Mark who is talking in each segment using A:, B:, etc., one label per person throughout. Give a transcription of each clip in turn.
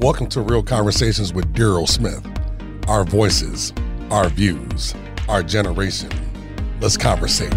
A: Welcome to Real Conversations with Daryl Smith. Our voices, our views, our generation. Let's conversate.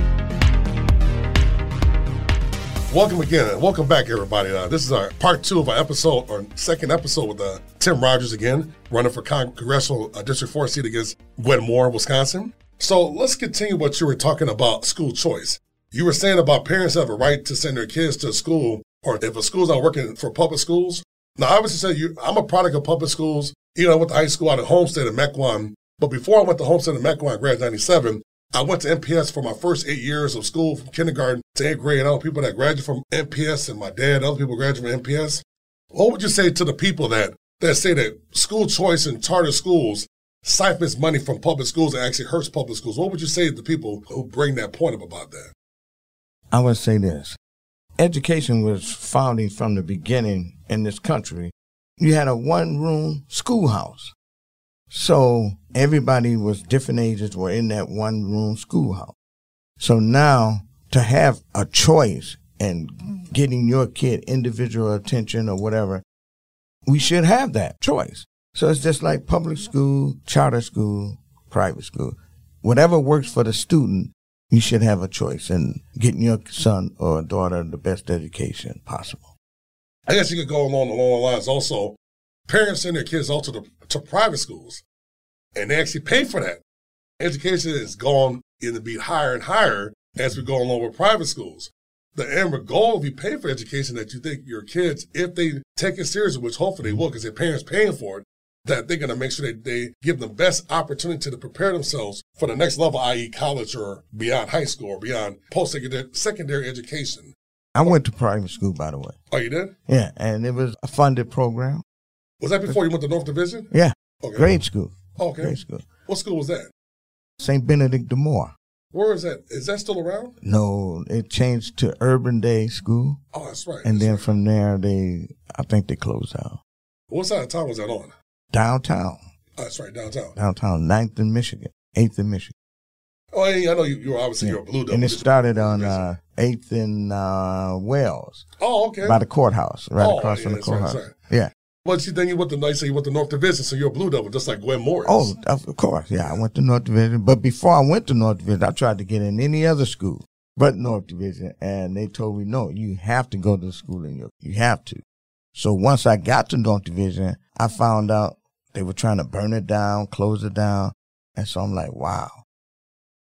A: Welcome again, and welcome back, everybody. Uh, this is our part two of our episode, or second episode, with uh, Tim Rogers again, running for Con- Congressional uh, District 4 seat against Gwen Moore, Wisconsin. So let's continue what you were talking about school choice. You were saying about parents have a right to send their kids to school, or if a school's not working for public schools. Now, I would say you, I'm a product of public schools. You know, I went to high school out of Homestead in Mequon, but before I went to Homestead in Mequon, grad 97, I went to MPS for my first eight years of school from kindergarten to eighth grade. And all the people that graduated from MPS and my dad, other people graduated from MPS. What would you say to the people that, that say that school choice and charter schools siphons money from public schools and actually hurts public schools? What would you say to the people who bring that point up about that?
B: I would say this education was founding from the beginning in this country. You had a one room schoolhouse. So everybody was different ages were in that one room schoolhouse. So now to have a choice and getting your kid individual attention or whatever, we should have that choice. So it's just like public school, charter school, private school. Whatever works for the student, you should have a choice in getting your son or daughter the best education possible.
A: I guess you could go along the long lines also. Parents send their kids also to, to private schools, and they actually pay for that. Education is gone in the beat higher and higher as we go along with private schools. The end goal, if you pay for education, that you think your kids, if they take it seriously, which hopefully they will, because their parents paying for it, that they're going to make sure that they give them the best opportunity to prepare themselves for the next level, i.e., college or beyond high school or beyond post secondary education.
B: I went to private school, by the way.
A: Oh, you did?
B: Yeah, and it was a funded program.
A: Was that before you went to North Division?
B: Yeah,
A: Okay.
B: grade school.
A: Okay.
B: Grade school.
A: What school was that?
B: St. Benedict de Moore.
A: Where is that? Is that still around?
B: No, it changed to Urban Day School,
A: Oh, that's right.
B: and
A: that's
B: then
A: right.
B: from there they, I think they closed out
A: what side of town was that on?
B: downtown,
A: Oh, that's right, downtown.
B: downtown Ninth and Michigan, Eighth and Michigan,
A: Oh, and I know you, you were obviously
B: Yeah.
A: you're a blue devil.
B: and it
A: Just-
B: started on
A: Yes.
B: uh, Eighth and uh, Wells
A: oh, okay.
B: by the courthouse, right
A: Oh,
B: across from
A: yeah,
B: the
A: that's right,
B: courthouse.
A: that's right.
B: Yeah.
A: But you then you went to you say you went to North Division, so you're a blue devil, just like Gwen Morris.
B: Oh, of of course. Yeah, I went to North Division. But before I went to North Division, I tried to get in any other school but North Division. And they told me, no, you have to go to the school in York. You have to. So once I got to North Division, I found out they were trying to burn it down, close it down. And so I'm like, wow,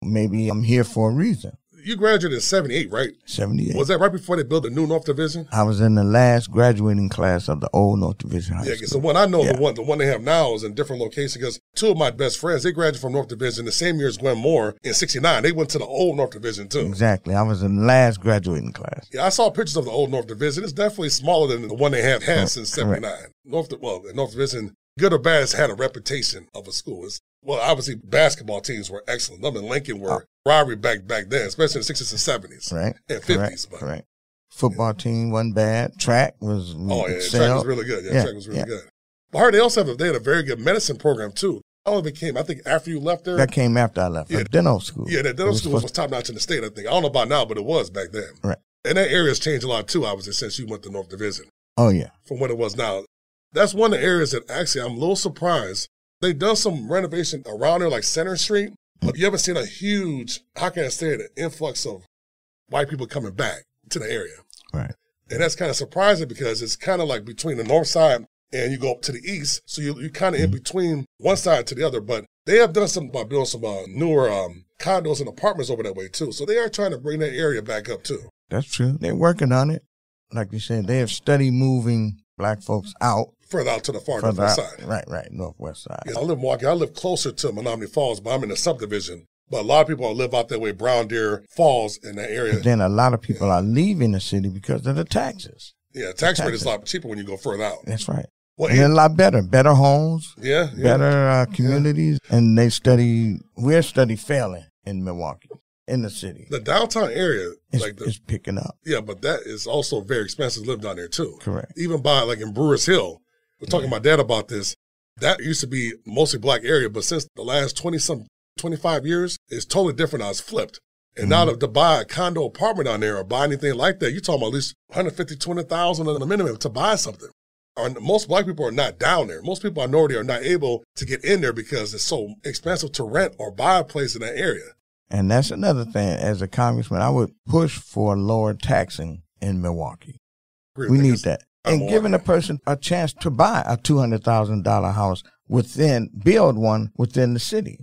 B: maybe I'm here for a reason.
A: you graduated in '78, right?
B: 78.
A: Was that right before they built the new North Division?
B: I was in the last graduating class of the old North Division High
A: Yeah, 'cause the
B: School.
A: one I know,
B: Yeah.
A: the one the one they have now is in different locations. Because two of my best friends, they graduated from North Division the same year as Gwen Moore in '69. They went to the old North Division too.
B: Exactly. I was in the last graduating class.
A: Yeah, I saw pictures of the old North Division. It's definitely smaller than the one they have had since
B: correct.
A: '79. North, well, the North Division, good or bad, has had a reputation of a school. It's, well, obviously, basketball teams were excellent. Them and Lincoln were rivalry back back then, especially in the '60s and '70s
B: right?
A: and
B: Correct.
A: '50s. But
B: correct. Football team wasn't bad. Track was we
A: oh yeah, track was
B: excelled.
A: really good. Yeah,
B: Mm, Yeah,
A: track was really
B: yeah.
A: good. But I heard they also have a, they had a very good medicine program too. I don't know if it came. I think after you left there,
B: that came after I left.
A: Yeah.
B: Yeah. Dental school.
A: Yeah, that
B: It
A: dental
B: was
A: school
B: supposed-
A: was top notch in the state, I think. I don't know about now, but it was back then.
B: Right.
A: And that area's changed a lot too, obviously, since you went to North Division
B: Oh yeah,
A: from what it was now. That's one of the areas that actually I'm a little surprised. They've done some renovation around there, like Center Street,
B: Hmm.
A: but you haven't seen a huge, how can I say it, an influx of white people coming back to the area.
B: right.
A: And that's kind of surprising because it's kind of like between the north side and you go up to the east. So you, you're kind of
B: Hmm.
A: in between one side to the other. But they have done some by building some uh, newer um, condos and apartments over that way too. So they are trying to bring that area back up too.
B: That's true. They're working on it. Like you said, they have studied moving black folks out
A: Further out to the far
B: further
A: north
B: out.
A: side.
B: Right, right, northwest side.
A: Yes, I live in Milwaukee. I live closer to Menominee Falls, but I'm in the subdivision. But a lot of people live out that way, Brown Deer Falls in that area.
B: But then a lot of people are leaving the city because of the taxes.
A: Yeah, tax rate is a lot cheaper when you go further out.
B: That's right.
A: Well,
B: and they're a lot better, better homes,
A: yeah, yeah.
B: better uh, communities, and they study. We're study failing in Milwaukee, in the city.
A: The downtown area,
B: It's,
A: like the,
B: it's picking up.
A: Yeah, but that is also very expensive to live down there too.
B: Correct.
A: Even by like in Brewers Hill, we're talking to my dad about this. That used to be mostly black area, but since the last twenty some twenty five years, it's totally different. Now it's flipped. And
B: Mm-hmm.
A: now to, to buy a condo apartment down there or buy anything like that, you're talking about at least 150, 20,000 at a minimum to buy something. are most black people are not down there. Most people I know they are not able to get in there because it's so expensive to rent or buy a place in that area.
B: And that's another thing. As a congressman, I would push for lower taxing in Milwaukee.
A: Agree
B: We
A: with
B: need
A: niggas.
B: that.
A: I'm
B: And
A: all-
B: giving a person a chance to buy a $200,000 house within, build one within the city,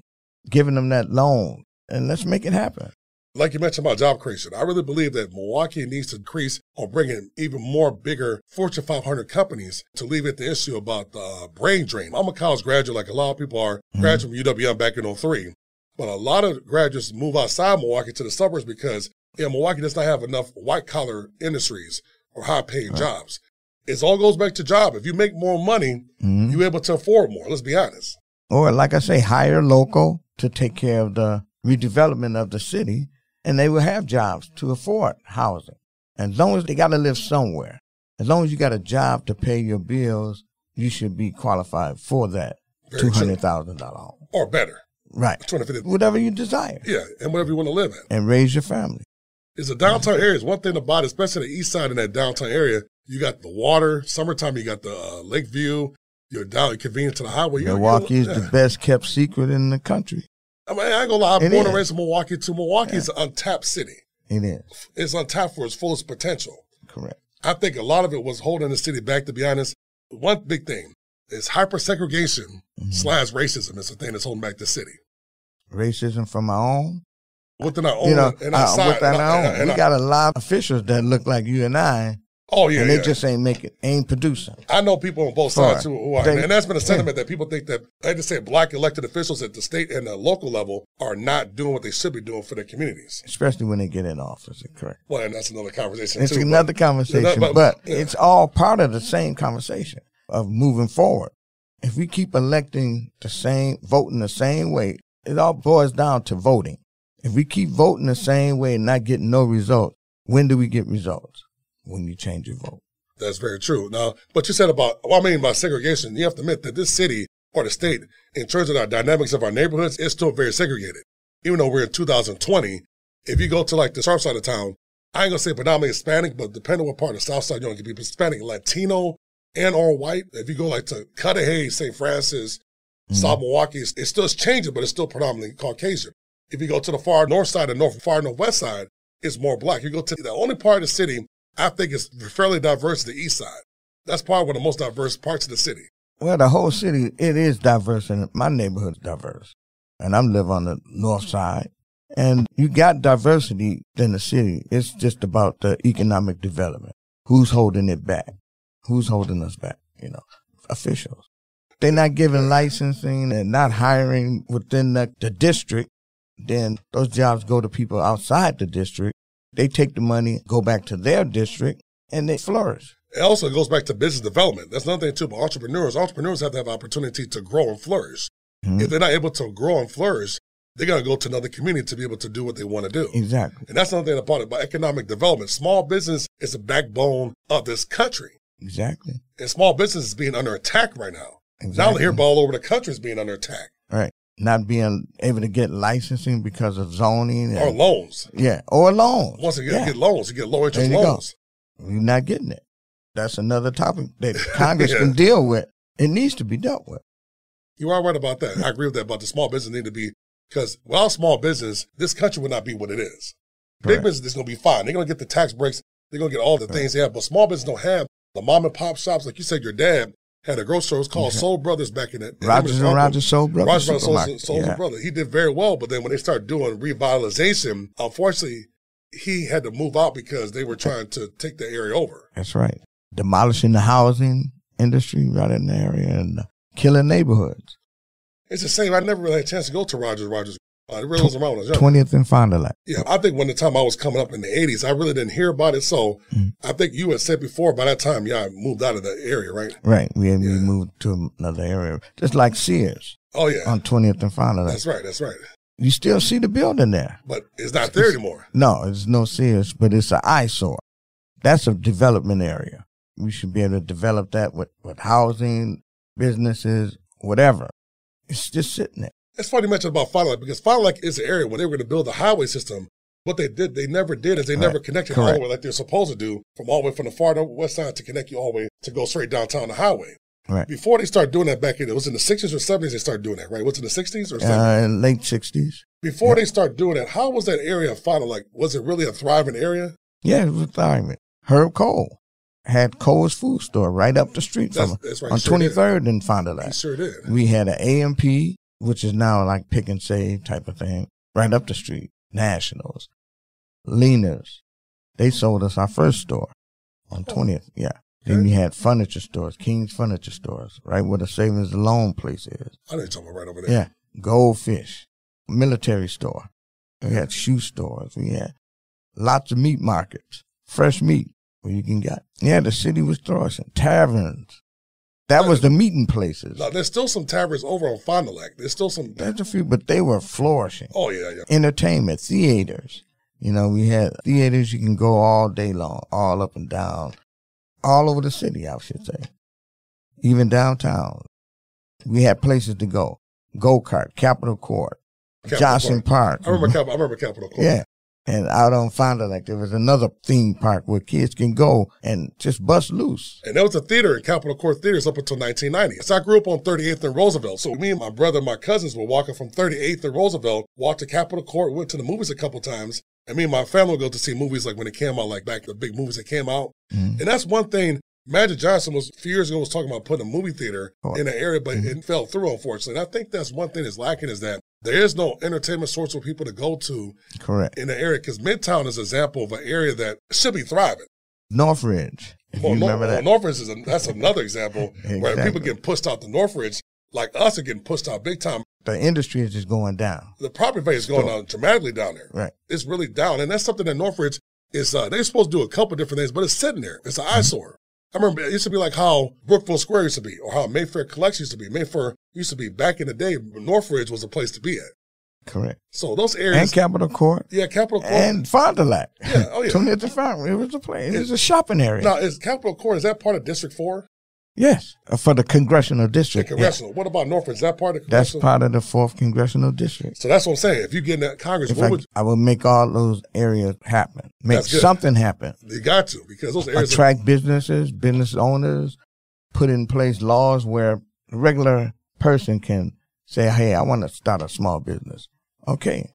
B: giving them that loan. And let's make it happen.
A: like you mentioned about job creation, I really believe that Milwaukee needs to increase or bring in even more bigger Fortune 500 companies to alleviate the issue about the uh, brain drain. I'm a college graduate, like a lot of people are, graduate from UWM back in 03. But a lot of graduates move outside Milwaukee to the suburbs because yeah, Milwaukee does not have enough white collar industries or high paying jobs. It all goes back to job. If you make more money,
B: Mhm.
A: you're able to afford more. Let's be honest.
B: Or, like I say, hire local to take care of the redevelopment of the city, and they will have jobs to afford housing. As long as they got to live somewhere, as long as you got a job to pay your bills, you should be qualified for that
A: Very true.
B: $200,000 home.
A: Or better.
B: Right.
A: 250.
B: Whatever you desire,
A: Yeah, and whatever you want to live in.
B: and raise your family.
A: is the downtown area is one thing about, it, especially the east side in that downtown area. You got the water. Summertime, you got the uh, lake view. You're down convenient to the highway. You're-
B: Milwaukee is
A: you're-
B: the best kept secret in the country.
A: I mean, I ain't gonna lie. I'm
B: It
A: born and
B: is.
A: raised in Milwaukee. Too. Milwaukee is an untapped city.
B: It is.
A: It's untapped for its fullest potential.
B: Correct.
A: I think a lot of it was holding the city back. To be honest, one big thing is hypersegregation
B: Mm-hmm.
A: slash racism is the thing that's holding back the city.
B: Racism from my own
A: Within our own,
B: you know,
A: and
B: uh,
A: outside,
B: with that
A: and
B: on.
A: and- and
B: we got a lot of officials that look like you and I,
A: oh yeah,
B: and they
A: yeah.
B: just ain't making, ain't producing.
A: I know people on both
B: Sorry.
A: sides who, who are,
B: They-
A: and that's been a sentiment that people think that, like to say, black elected officials at the state and the local level are not doing what they should be doing for their communities.
B: especially when they get in office. Correct.
A: Well, and that's another conversation
B: It's
A: too. but-
B: another conversation,
A: but-
B: but,
A: yeah.
B: it's all part of the same conversation of moving forward. If we keep electing the same, voting the same way, it all boils down to voting. If we keep voting the same way and not getting no results, when do we get results? When you change your vote.
A: That's very true. Now, what you said about what I mean by segregation, you have to admit that this city or the state, in terms of our dynamics of our neighborhoods, is still very segregated. Even though we're in 2020, if you go to like the south side of town, I ain't gonna say predominantly Hispanic, but depending on what part of the south side you're gonna be Hispanic, Latino, and or white. If you go like to Cudahy, St. Francis, South Milwaukee, it's, it's still it's changing, but it's still predominantly Caucasian. If you go to the far north side and north far northwest side, it's more black. You go to the only part of the city I think is fairly diverse is the east side. That's probably one of the most diverse parts of the city.
B: Well, the whole city, it is diverse, and my neighborhood's diverse. And I live on the north side. And you got diversity in the city. It's just about the economic development. Who's holding it back? Who's holding us back? You know, officials. They're not giving licensing and not hiring within the, the district. Then those jobs go to people outside the district. They take the money, go back to their district, and they flourish.
A: It also goes back to business development. That's another thing too. But entrepreneurs, entrepreneurs have to have opportunity to grow and flourish.
B: Mm-hmm.
A: If they're not able to grow and flourish, they're gonna go to another community to be able to do what they want to do.
B: Exactly.
A: And that's another thing about it. About economic development, small business is the backbone of this country.
B: Exactly.
A: and small business is being under attack right now. Now I
B: Exactly.
A: hear about all over the country is being under attack
B: Right. Not being able to get licensing because of zoning. And,
A: or loans.
B: yeah. Or loans.
A: Oh, Once you get,
B: yeah.
A: get loans, you get low interest
B: There you go.
A: loans.
B: You're not getting it. That's another topic that Congress can deal with. It needs to be dealt with.
A: You are right about that. I agree with that about the small business need to be because without small business, this country would not be what it is. Big
B: Correct.
A: business is going to be fine. They're going to get the tax breaks. They're going to get all the things they have. But small business don't have the mom and pop shops like you said. Your dad had a grocery store. It was called Soul Brothers back in the
B: Rogers and Rogers Soul
A: Rogers
B: Brothers
A: and Soul,
B: Supermarket,
A: Soul
B: yeah.
A: Brothers. He did very well, but then when they started doing revitalization, unfortunately, he had to move out because they were trying to take the area over.
B: That's right. Demolishing the housing industry right in the area and killing neighborhoods.
A: It's the same. I never really had a chance to go to Rogers Rogers. Uh, it really was around when I was young.
B: 20th and Fond du Lac.
A: Yeah, I think when the time I was coming up in the 80s, I really didn't hear about it. So I think you had said before by that time, yeah, I moved out of that area, right?
B: Right. We, we
A: Yeah.
B: moved to another area. Just like Sears
A: Oh, yeah.
B: on 20th and Fond du Lac.
A: That's right. That's right.
B: You still see the building there.
A: But it's not there anymore.
B: No, it's no Sears, but it's an eyesore. That's a development area. We should be able to develop that with, with housing, businesses, whatever. It's just sitting there.
A: It's funny you mentioned about Fond du Lac because Fond du Lac is an area when they were going to build the highway system. What they did, they never did, is they never connected all
B: Correct.
A: the way like they're supposed to do from all the way from the far west side to connect you all the way to go straight downtown the highway.
B: Right.
A: Before they started doing that back in, it was in the 60s or 70s they started doing that, right? What's in the 60s or 70s?
B: Uh, late 60s.
A: Before they start doing that, how was that area founded? Like, was it really a thriving area?
B: Yeah, it was retirement. Herb Cole had Cole's food store right up the street from
A: That's,
B: us
A: that's right.
B: on
A: he sure
B: twenty
A: did.
B: third in Fond du
A: He
B: Lac.
A: sure did.
B: We had an AMP, which is now like pick and save type of thing, right up the street. Nationals, Lena's, they sold us our first store on twentieth. Yeah. Then we had furniture stores, King's Furniture Stores, right where the savings and loan place is.
A: I know you're talking about right over there.
B: Yeah. Goldfish, military store. We had shoe stores. We had lots of meat markets, fresh meat where you can get. Yeah, the city was thriving. Taverns. That was the meeting places.
A: Now, there's still some taverns over on Fond du Lac. There's still some.
B: That's a few, but they were flourishing.
A: Oh, yeah, yeah.
B: Entertainment, theaters. You know, we had theaters you can go all day long, all up and down, all over the city, I should say. Even downtown. We had places to go. Go kart, Capitol Court,
A: Capital
B: Johnson
A: Court.
B: Park.
A: I remember, Cap- I remember Capitol Court.
B: Yeah. And out on Fond du Lac, there was another theme park where kids can go and just bust loose.
A: And there was a theater in Capitol Court Theaters up until 1990. So I grew up on 38th and Roosevelt. So me and my brother and my cousins were walking from 38th and Roosevelt, walked to Capitol Court, went to the movies a couple times. And me and my family would go to see movies like when it came out, like back the big movies that came out.
B: Mhm.
A: And that's one thing. Magic Johnson was a few years ago was talking about putting a movie theater
B: Oh.
A: in an area, but it fell through unfortunately. And I think that's one thing that's lacking is that there is no entertainment source for people to go to
B: Correct.
A: in the area because Midtown is an example of an area that should be thriving.
B: Northridge. If
A: Well,
B: you
A: Nor-
B: remember
A: well,
B: that.
A: Northridge is a, that's another example where people
B: Exactly.
A: getting pushed out to Northridge, like us are getting pushed out big time.
B: The industry is just going down.
A: The property value is going down dramatically down there.
B: Right.
A: It's really down, and that's something that Northridge is. Uh, they're supposed to do a couple different things, but it's sitting there. It's
B: Mm-hmm.
A: an eyesore. I remember it used to be like how Brookville Square used to be, or how Mayfair Collection used to be. Mayfair used to be back in the day. Northridge was a place to be at.
B: Correct.
A: So those
B: And
A: areas,
B: Capitol Court
A: yeah, Capitol Court.
B: and Fond du Lac.
A: Yeah, oh, yeah.
B: 20th and Fountain. It was a place. It was a shopping area.
A: now is Capitol Court is that part of District Four?
B: Yes. Uh, For the congressional
A: The
B: district. Yeah.
A: congressional. What about Northridge? Is that part of the
B: That's
A: congressional?
B: part of the fourth congressional district.
A: so that's what I'm saying. If you get in that Congress,
B: If
A: what
B: I,
A: would
B: I would make all those areas happen. Make
A: That's good.
B: something happen.
A: They got to because those areas. Are,
B: attract businesses, business owners, put in place laws where a regular person can say, "Hey, I want to start a small business." Okay,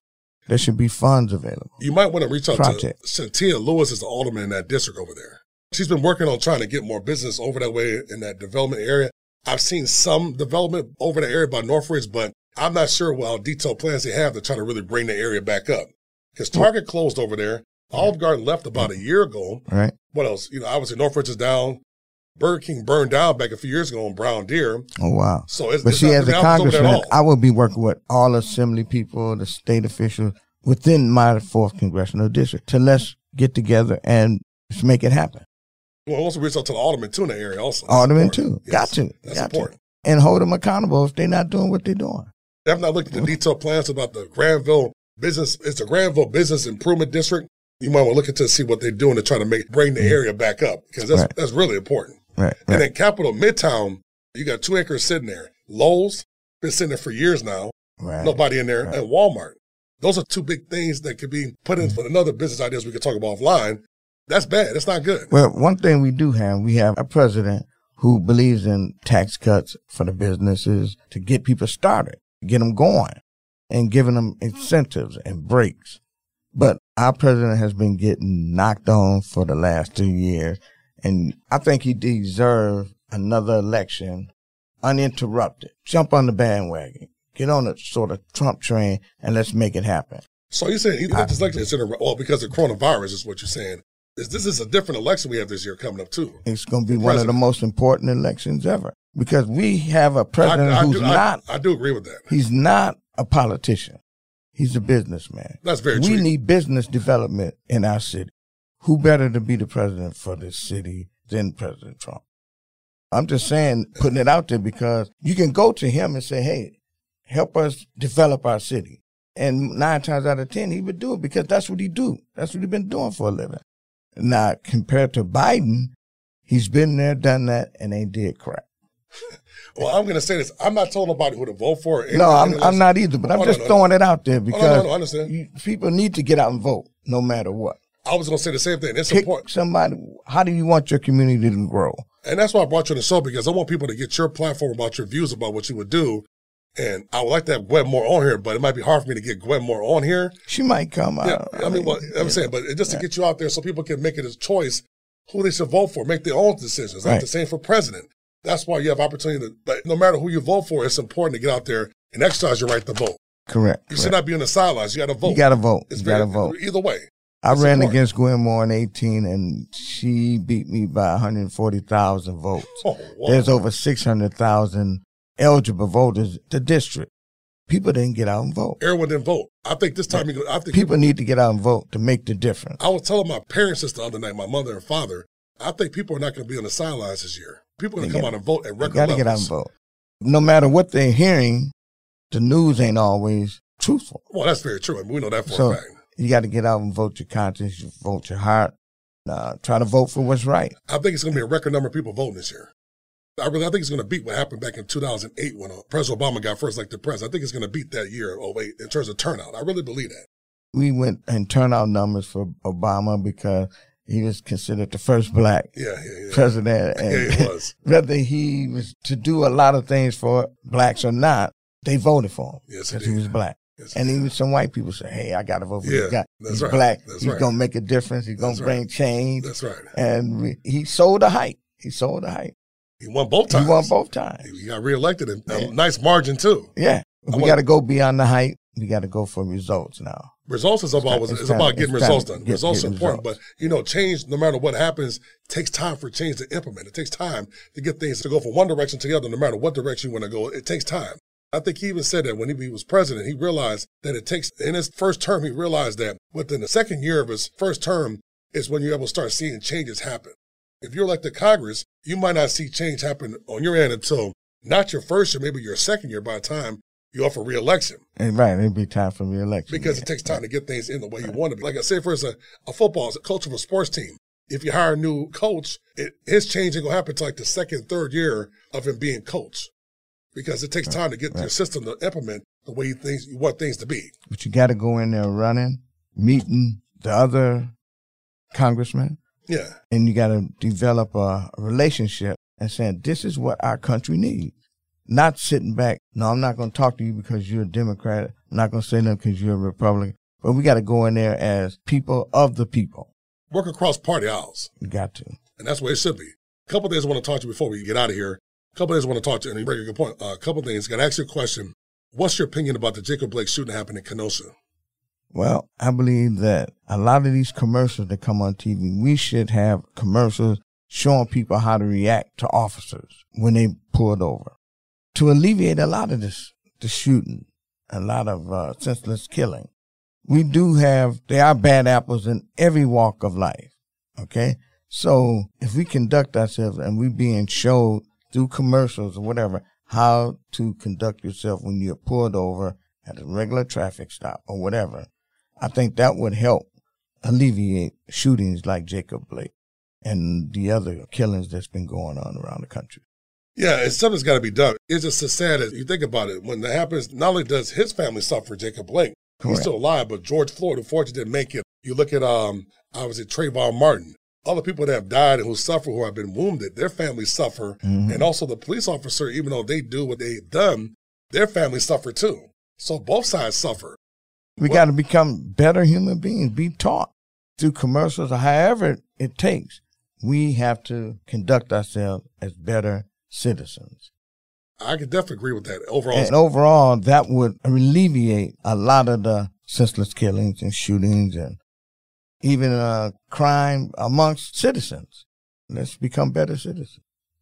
B: there should be funds available.
A: you might want to reach out
B: Project.
A: to Cynthia Lewis is the alderman in that district over there. She's been working on trying to get more business over that way in that development area. I've seen some development over the area by Northridge, but I'm not sure what how detailed plans they have to try to really bring the area back up. Because Target closed over there. Olive Garden left about a year ago.
B: Right?
A: What else? You know, obviously Northridge is down. Burger King burned down back a few years ago on Brown Deer.
B: Oh wow!
A: So it's,
B: But
A: it's
B: see,
A: not
B: as a
A: been out over there at
B: congressman,
A: all.
B: I will be working with all assembly people, the state officials within my fourth congressional district to let's get together and just make it happen.
A: Well, also reach out to the alderman too in the area also. That's
B: Alderman too,
A: important.
B: got
A: Yes,
B: to,
A: That's
B: got to,
A: important.
B: and hold them accountable if they're not doing what they're doing.
A: I've not looked at the detailed plans about the Granville business. It's the Granville Business Improvement District. You might want to look into see what they're doing to try to make bring the area back up because that's
B: Mm. Right.
A: that's really important.
B: Right?
A: And
B: right.
A: then Capital Midtown, you got two acres sitting there. Lowe's been sitting there for years now.
B: right.
A: Nobody in there.
B: Right. Mm.
A: And Walmart. Those are two big things that could be put in for another business ideas we could talk about offline. That's bad. That's not good.
B: Well, one thing we do have, we have a president who believes in tax cuts for the businesses to get people started, get them going, and giving them incentives and breaks. But our president has been getting knocked on for the last two years, and I think he deserves another election uninterrupted. Jump on the bandwagon, get on the sort of Trump train, and let's make it happen.
A: So you're saying you think this election is in a, well because of coronavirus is what you're saying. Is this is a different election we have this year coming up too?
B: It's going to be one of the most important elections ever because we have a president who's
A: do,
B: not
A: I, I do agree with that.
B: He's not a politician. He's a businessman.
A: That's very
B: we
A: true.
B: need business development in our city. Who better to be the president for this city than President Trump? I'm just saying, putting it out there because you can go to him and say, hey, help us develop our city. And nine times out of 10, he would do it because that's what he do. That's what he's been doing for a living. Now, compared to Biden, he's been there, done that, and ain't did crap.
A: Well, I'm going to say this. I'm not telling nobody who to vote for. or anything
B: No, I'm, I'm
A: else.
B: not either, but
A: Oh,
B: I'm
A: no,
B: just
A: no, no.
B: throwing it out there
A: Oh, no, no,
B: because
A: no, I understand.
B: you, people need to get out and vote no matter what.
A: I was going to say the same thing. It's
B: Pick
A: important.
B: somebody. How do you want your community to grow?
A: And that's why I brought you on the show because I want people to get your platform about your views about what you would do. And I would like to have Gwen Moore on here, but it might be hard for me to get Gwen Moore on here.
B: She might come out.
A: Yeah, I mean, well, I'm saying, but just to get you out there so people can make it a choice who they should vote for, make their own decisions. Like
B: Right.
A: the same for president. That's why you have opportunity to, like, no matter who you vote for, it's important to get out there and exercise your right to vote.
B: correct.
A: You
B: correct.
A: should not be on the sidelines. You got to vote.
B: You got to vote.
A: It's
B: you
A: very-
B: got to vote.
A: Either way.
B: I
A: it's
B: ran
A: important.
B: against Gwen Moore in 18, and she beat me by 140,000 votes.
A: Oh, wow.
B: There's over 600,000 eligible voters. in The district. People didn't get out and vote.
A: Everyone didn't vote. I think this time, you go, I think
B: People need to get out and vote to make the difference.
A: I was telling my parents this the other night, my mother and father. I think people are not going to be on the sidelines this year. People are going to
B: They
A: come
B: gotta-
A: out and vote at
B: You
A: record
B: got to
A: levels.
B: get out and vote. No matter what they're hearing, the news ain't always truthful.
A: Well, that's very true. I mean, we know that for
B: So-
A: a fact.
B: You got to get out and vote your conscience, you vote your heart. Uh, try to vote for what's right.
A: I think it's going to be a record number of people voting this year. I really, I think it's going to beat what happened back in 2008 when uh, President Obama got first elected president. I think it's going to beat that year of 08 in terms of turnout. I really believe that.
B: We went and turned out numbers for Obama because he was considered the first black
A: Yeah, yeah, yeah.
B: president.
A: yeah
B: And
A: it was.
B: whether he was to do a lot of things for blacks or not, they voted for him
A: Yes, it
B: because he
A: did.
B: was black.
A: Yes,
B: And even some white people say, "Hey, I got to vote for
A: Yeah,
B: this guy.
A: that's
B: He's
A: right.
B: black.
A: That's
B: He's
A: right.
B: gonna make a difference. He's gonna
A: That's right.
B: bring change."
A: That's right.
B: And we, he sold the hype. He sold the hype.
A: He won both times.
B: He won both times.
A: He got reelected in a
B: Yeah.
A: nice margin, too.
B: Yeah, we
A: wanna-
B: got to go beyond the hype. We got to go for results now.
A: Results is about
B: It's
A: it's,
B: time-
A: about getting
B: it's time
A: results
B: to
A: done.
B: get-
A: results
B: get
A: are important,
B: results.
A: but you know, change no matter what happens takes time for change to implement. It takes time to get things to go from one direction to the other, no matter what direction you want to go. It takes time. I think he even said that when he, he was president, he realized that it takes. In his first term, he realized that within the second year of his first term is when you're able to start seeing changes happen. If you're elected Congress, you might not see change happen on your end until not your first year, maybe your second year. By the time you offer reelection
B: And right, it'd be time for reelection
A: because
B: yeah.
A: it takes time to get things in the way you want to be. Like I said, for instance, a, a football is a coach of a sports team. If you hire a new coach, it, his change ain't gonna happen to like the second, third year of him being coach, because it takes time to get your system to implement the way you things you want things to be.
B: But you got to go in there running, meeting the other congressman,
A: Yeah,
B: and you got to develop a relationship and saying, this is what our country needs. Not sitting back, no, I'm not going to talk to you because you're a Democrat. I'm not going to say nothing because you're a Republican. But we got to go in there as people of the people.
A: work across party aisles.
B: We got to.
A: and that's what it should be. A couple things I want to talk to you before we get out of here. A couple things I want to talk to you, and you bring a good point. Uh, a couple things. Got to ask you a question. What's your opinion about the Jacob Blake shooting that happened in Kenosha?
B: Well, I believe that a lot of these commercials that come on TV, we should have commercials showing people how to react to officers when they pulled over to alleviate a lot of this, the shooting, a lot of uh, senseless killing. We do have, there are bad apples in every walk of life. Okay. So if we conduct ourselves and we being showed through commercials or whatever, how to conduct yourself when you're pulled over at a regular traffic stop or whatever, I think that would help alleviate shootings like Jacob Blake and the other killings that's been going on around the country.
A: Yeah, and something's got to be done. It's just so sad as you think about it. When that happens, not only does his family suffer, Jacob Blake, he's
B: Correct.
A: still alive, but George Floyd, unfortunately, didn't make it. You look at, um, obviously, Trayvon Martin, all the people that have died and who suffer, who have been wounded, their families suffer.
B: Mhm.
A: And also the police officer, even though they do what they've done, their families suffer too. So both sides suffer.
B: We
A: Well-
B: got to become better human beings, be taught through commercials or however it takes. We have to conduct ourselves as better citizens.
A: I can definitely agree with that overall.
B: And overall, that would alleviate a lot of the senseless killings and shootings and even uh, crime amongst citizens. Let's become better citizens.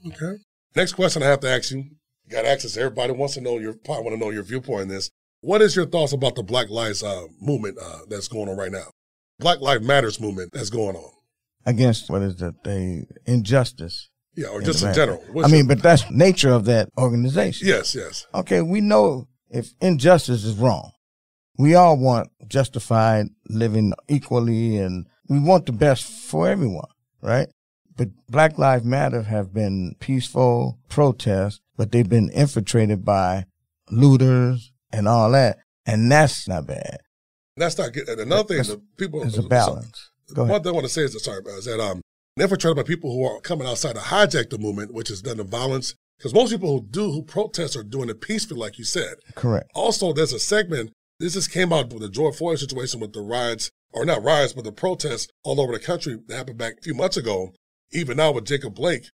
A: Okay. Next question I have to ask you. you got access to everybody wants to know your probably want to know your viewpoint on this. What is your thoughts about the Black Lives uh, movement uh, that's going on right now? Black Lives Matters movement that's going on.
B: against what is that they injustice
A: Yeah, or
B: in
A: just in
B: America.
A: general. What's
B: i
A: your-
B: mean but that's nature of that organization
A: yes, yes,
B: okay we know if injustice is wrong we all want justified living equally and we want the best for everyone right But Black Lives Matter have been peaceful protests, but they've been infiltrated by looters and all that. And that's not bad.
A: that's not good. And another thing is
B: It's-
A: that people.
B: It's a balance. Go
A: One
B: ahead.
A: thing I want to say is that sorry is that um they're infiltrated by people who are coming outside to hijack the movement, which has done the violence. Because most people who do who protest are doing it peacefully, like you said.
B: Correct.
A: Also, there's a segment. This just came out with the George Floyd situation with the riots, or not riots, but the protests all over the country that happened back a few months ago. Even now with Jacob Blake,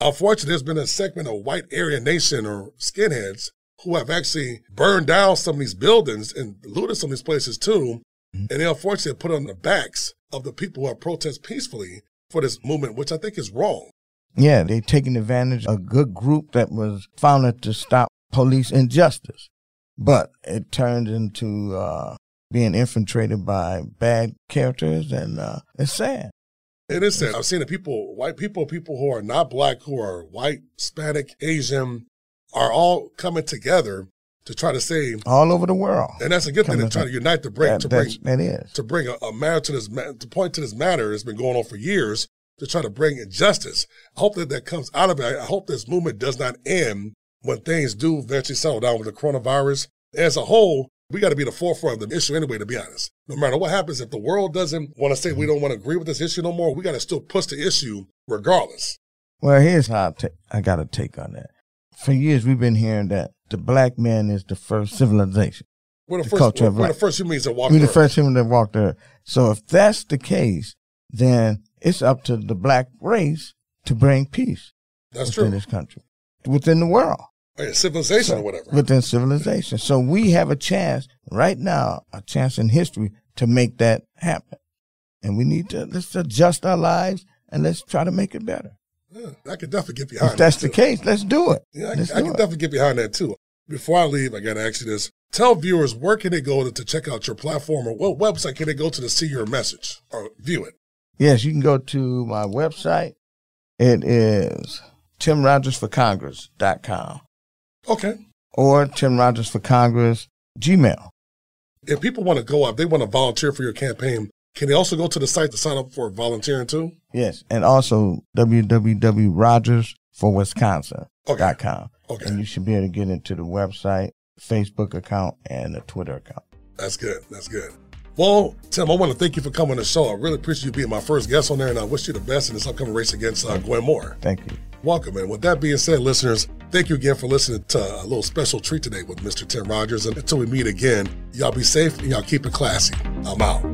A: unfortunately, there's been a segment of white area nation or skinheads who have actually burned down some of these buildings and looted some of these places too. And they unfortunately have put on the backs of the people who have protest peacefully for this movement, which I think is wrong.
B: Yeah, they're taking advantage of a good group that was founded to stop police injustice. But it turned into uh, being infiltrated by bad characters, and uh, it's sad.
A: It is sad. I've seen that people, white people, people who are not black, who are white, Hispanic, Asian, are all coming together to try to say,
B: All over the world.
A: and that's a good thing to
B: Coming
A: try to unite the break
B: That-
A: to bring
B: that's- that is.
A: to bring a, a matter to this ma- to point to this matter that's been going on for years to try to bring injustice. I hope that that comes out of it. I I hope this movement does not end when things do eventually settle down with the coronavirus. As a whole, we got to be the forefront of the issue anyway. To be honest, no matter what happens, if the world doesn't want to say we don't want to agree with this issue no more, we got to still push the issue regardless.
B: Well, here's how I, ta- I got a take on that. For years, we've been hearing that the black man is the first civilization.
A: We're the,
B: The
A: first.
B: culture
A: We're,
B: of
A: we're the
B: life.
A: first humans that walk.
B: We're the
A: Earth.
B: first human that walked the earth. So if that's the case, then it's up to the black race to bring peace
A: That's
B: within
A: true.
B: this country, within the world,
A: Or yeah, civilization or whatever.
B: within civilization. So we have a chance right now, a chance in history to make that happen. And we need to let's adjust our lives and let's try to make it better.
A: Yeah, I could definitely get behind.
B: If that's
A: that,
B: the
A: too.
B: case, let's do it.
A: Yeah, I, I
B: Let's
A: can
B: do it.
A: definitely get behind that too. Before I leave, I got to ask you this. Tell viewers where can they go to, to check out your platform or what website can they go to to see your message or view it?
B: Yes, you can go to my website. It is timrogersforcongress.com
A: Okay.
B: or Tim Rogers for Congress Gmail.
A: If people want to go up, they want to volunteer for your campaign, can they also go to the site to sign up for volunteering too?
B: Yes, and also www.rogers for Wisconsin
A: Okay.
B: dot com. And
A: Okay.
B: you should be able to get into the website, Facebook account, and the Twitter account.
A: That's good. That's good. Well, Tim, I want to thank you for coming on the show. I really appreciate you being my first guest on there, and I wish you the best in this upcoming race against uh, Gwen Moore.
B: Thank you.
A: Welcome. And with that being said, listeners, thank you again for listening to a little special treat today with Mr. Tim Rogers. And until we meet again, y'all be safe and y'all keep it classy. I'm out.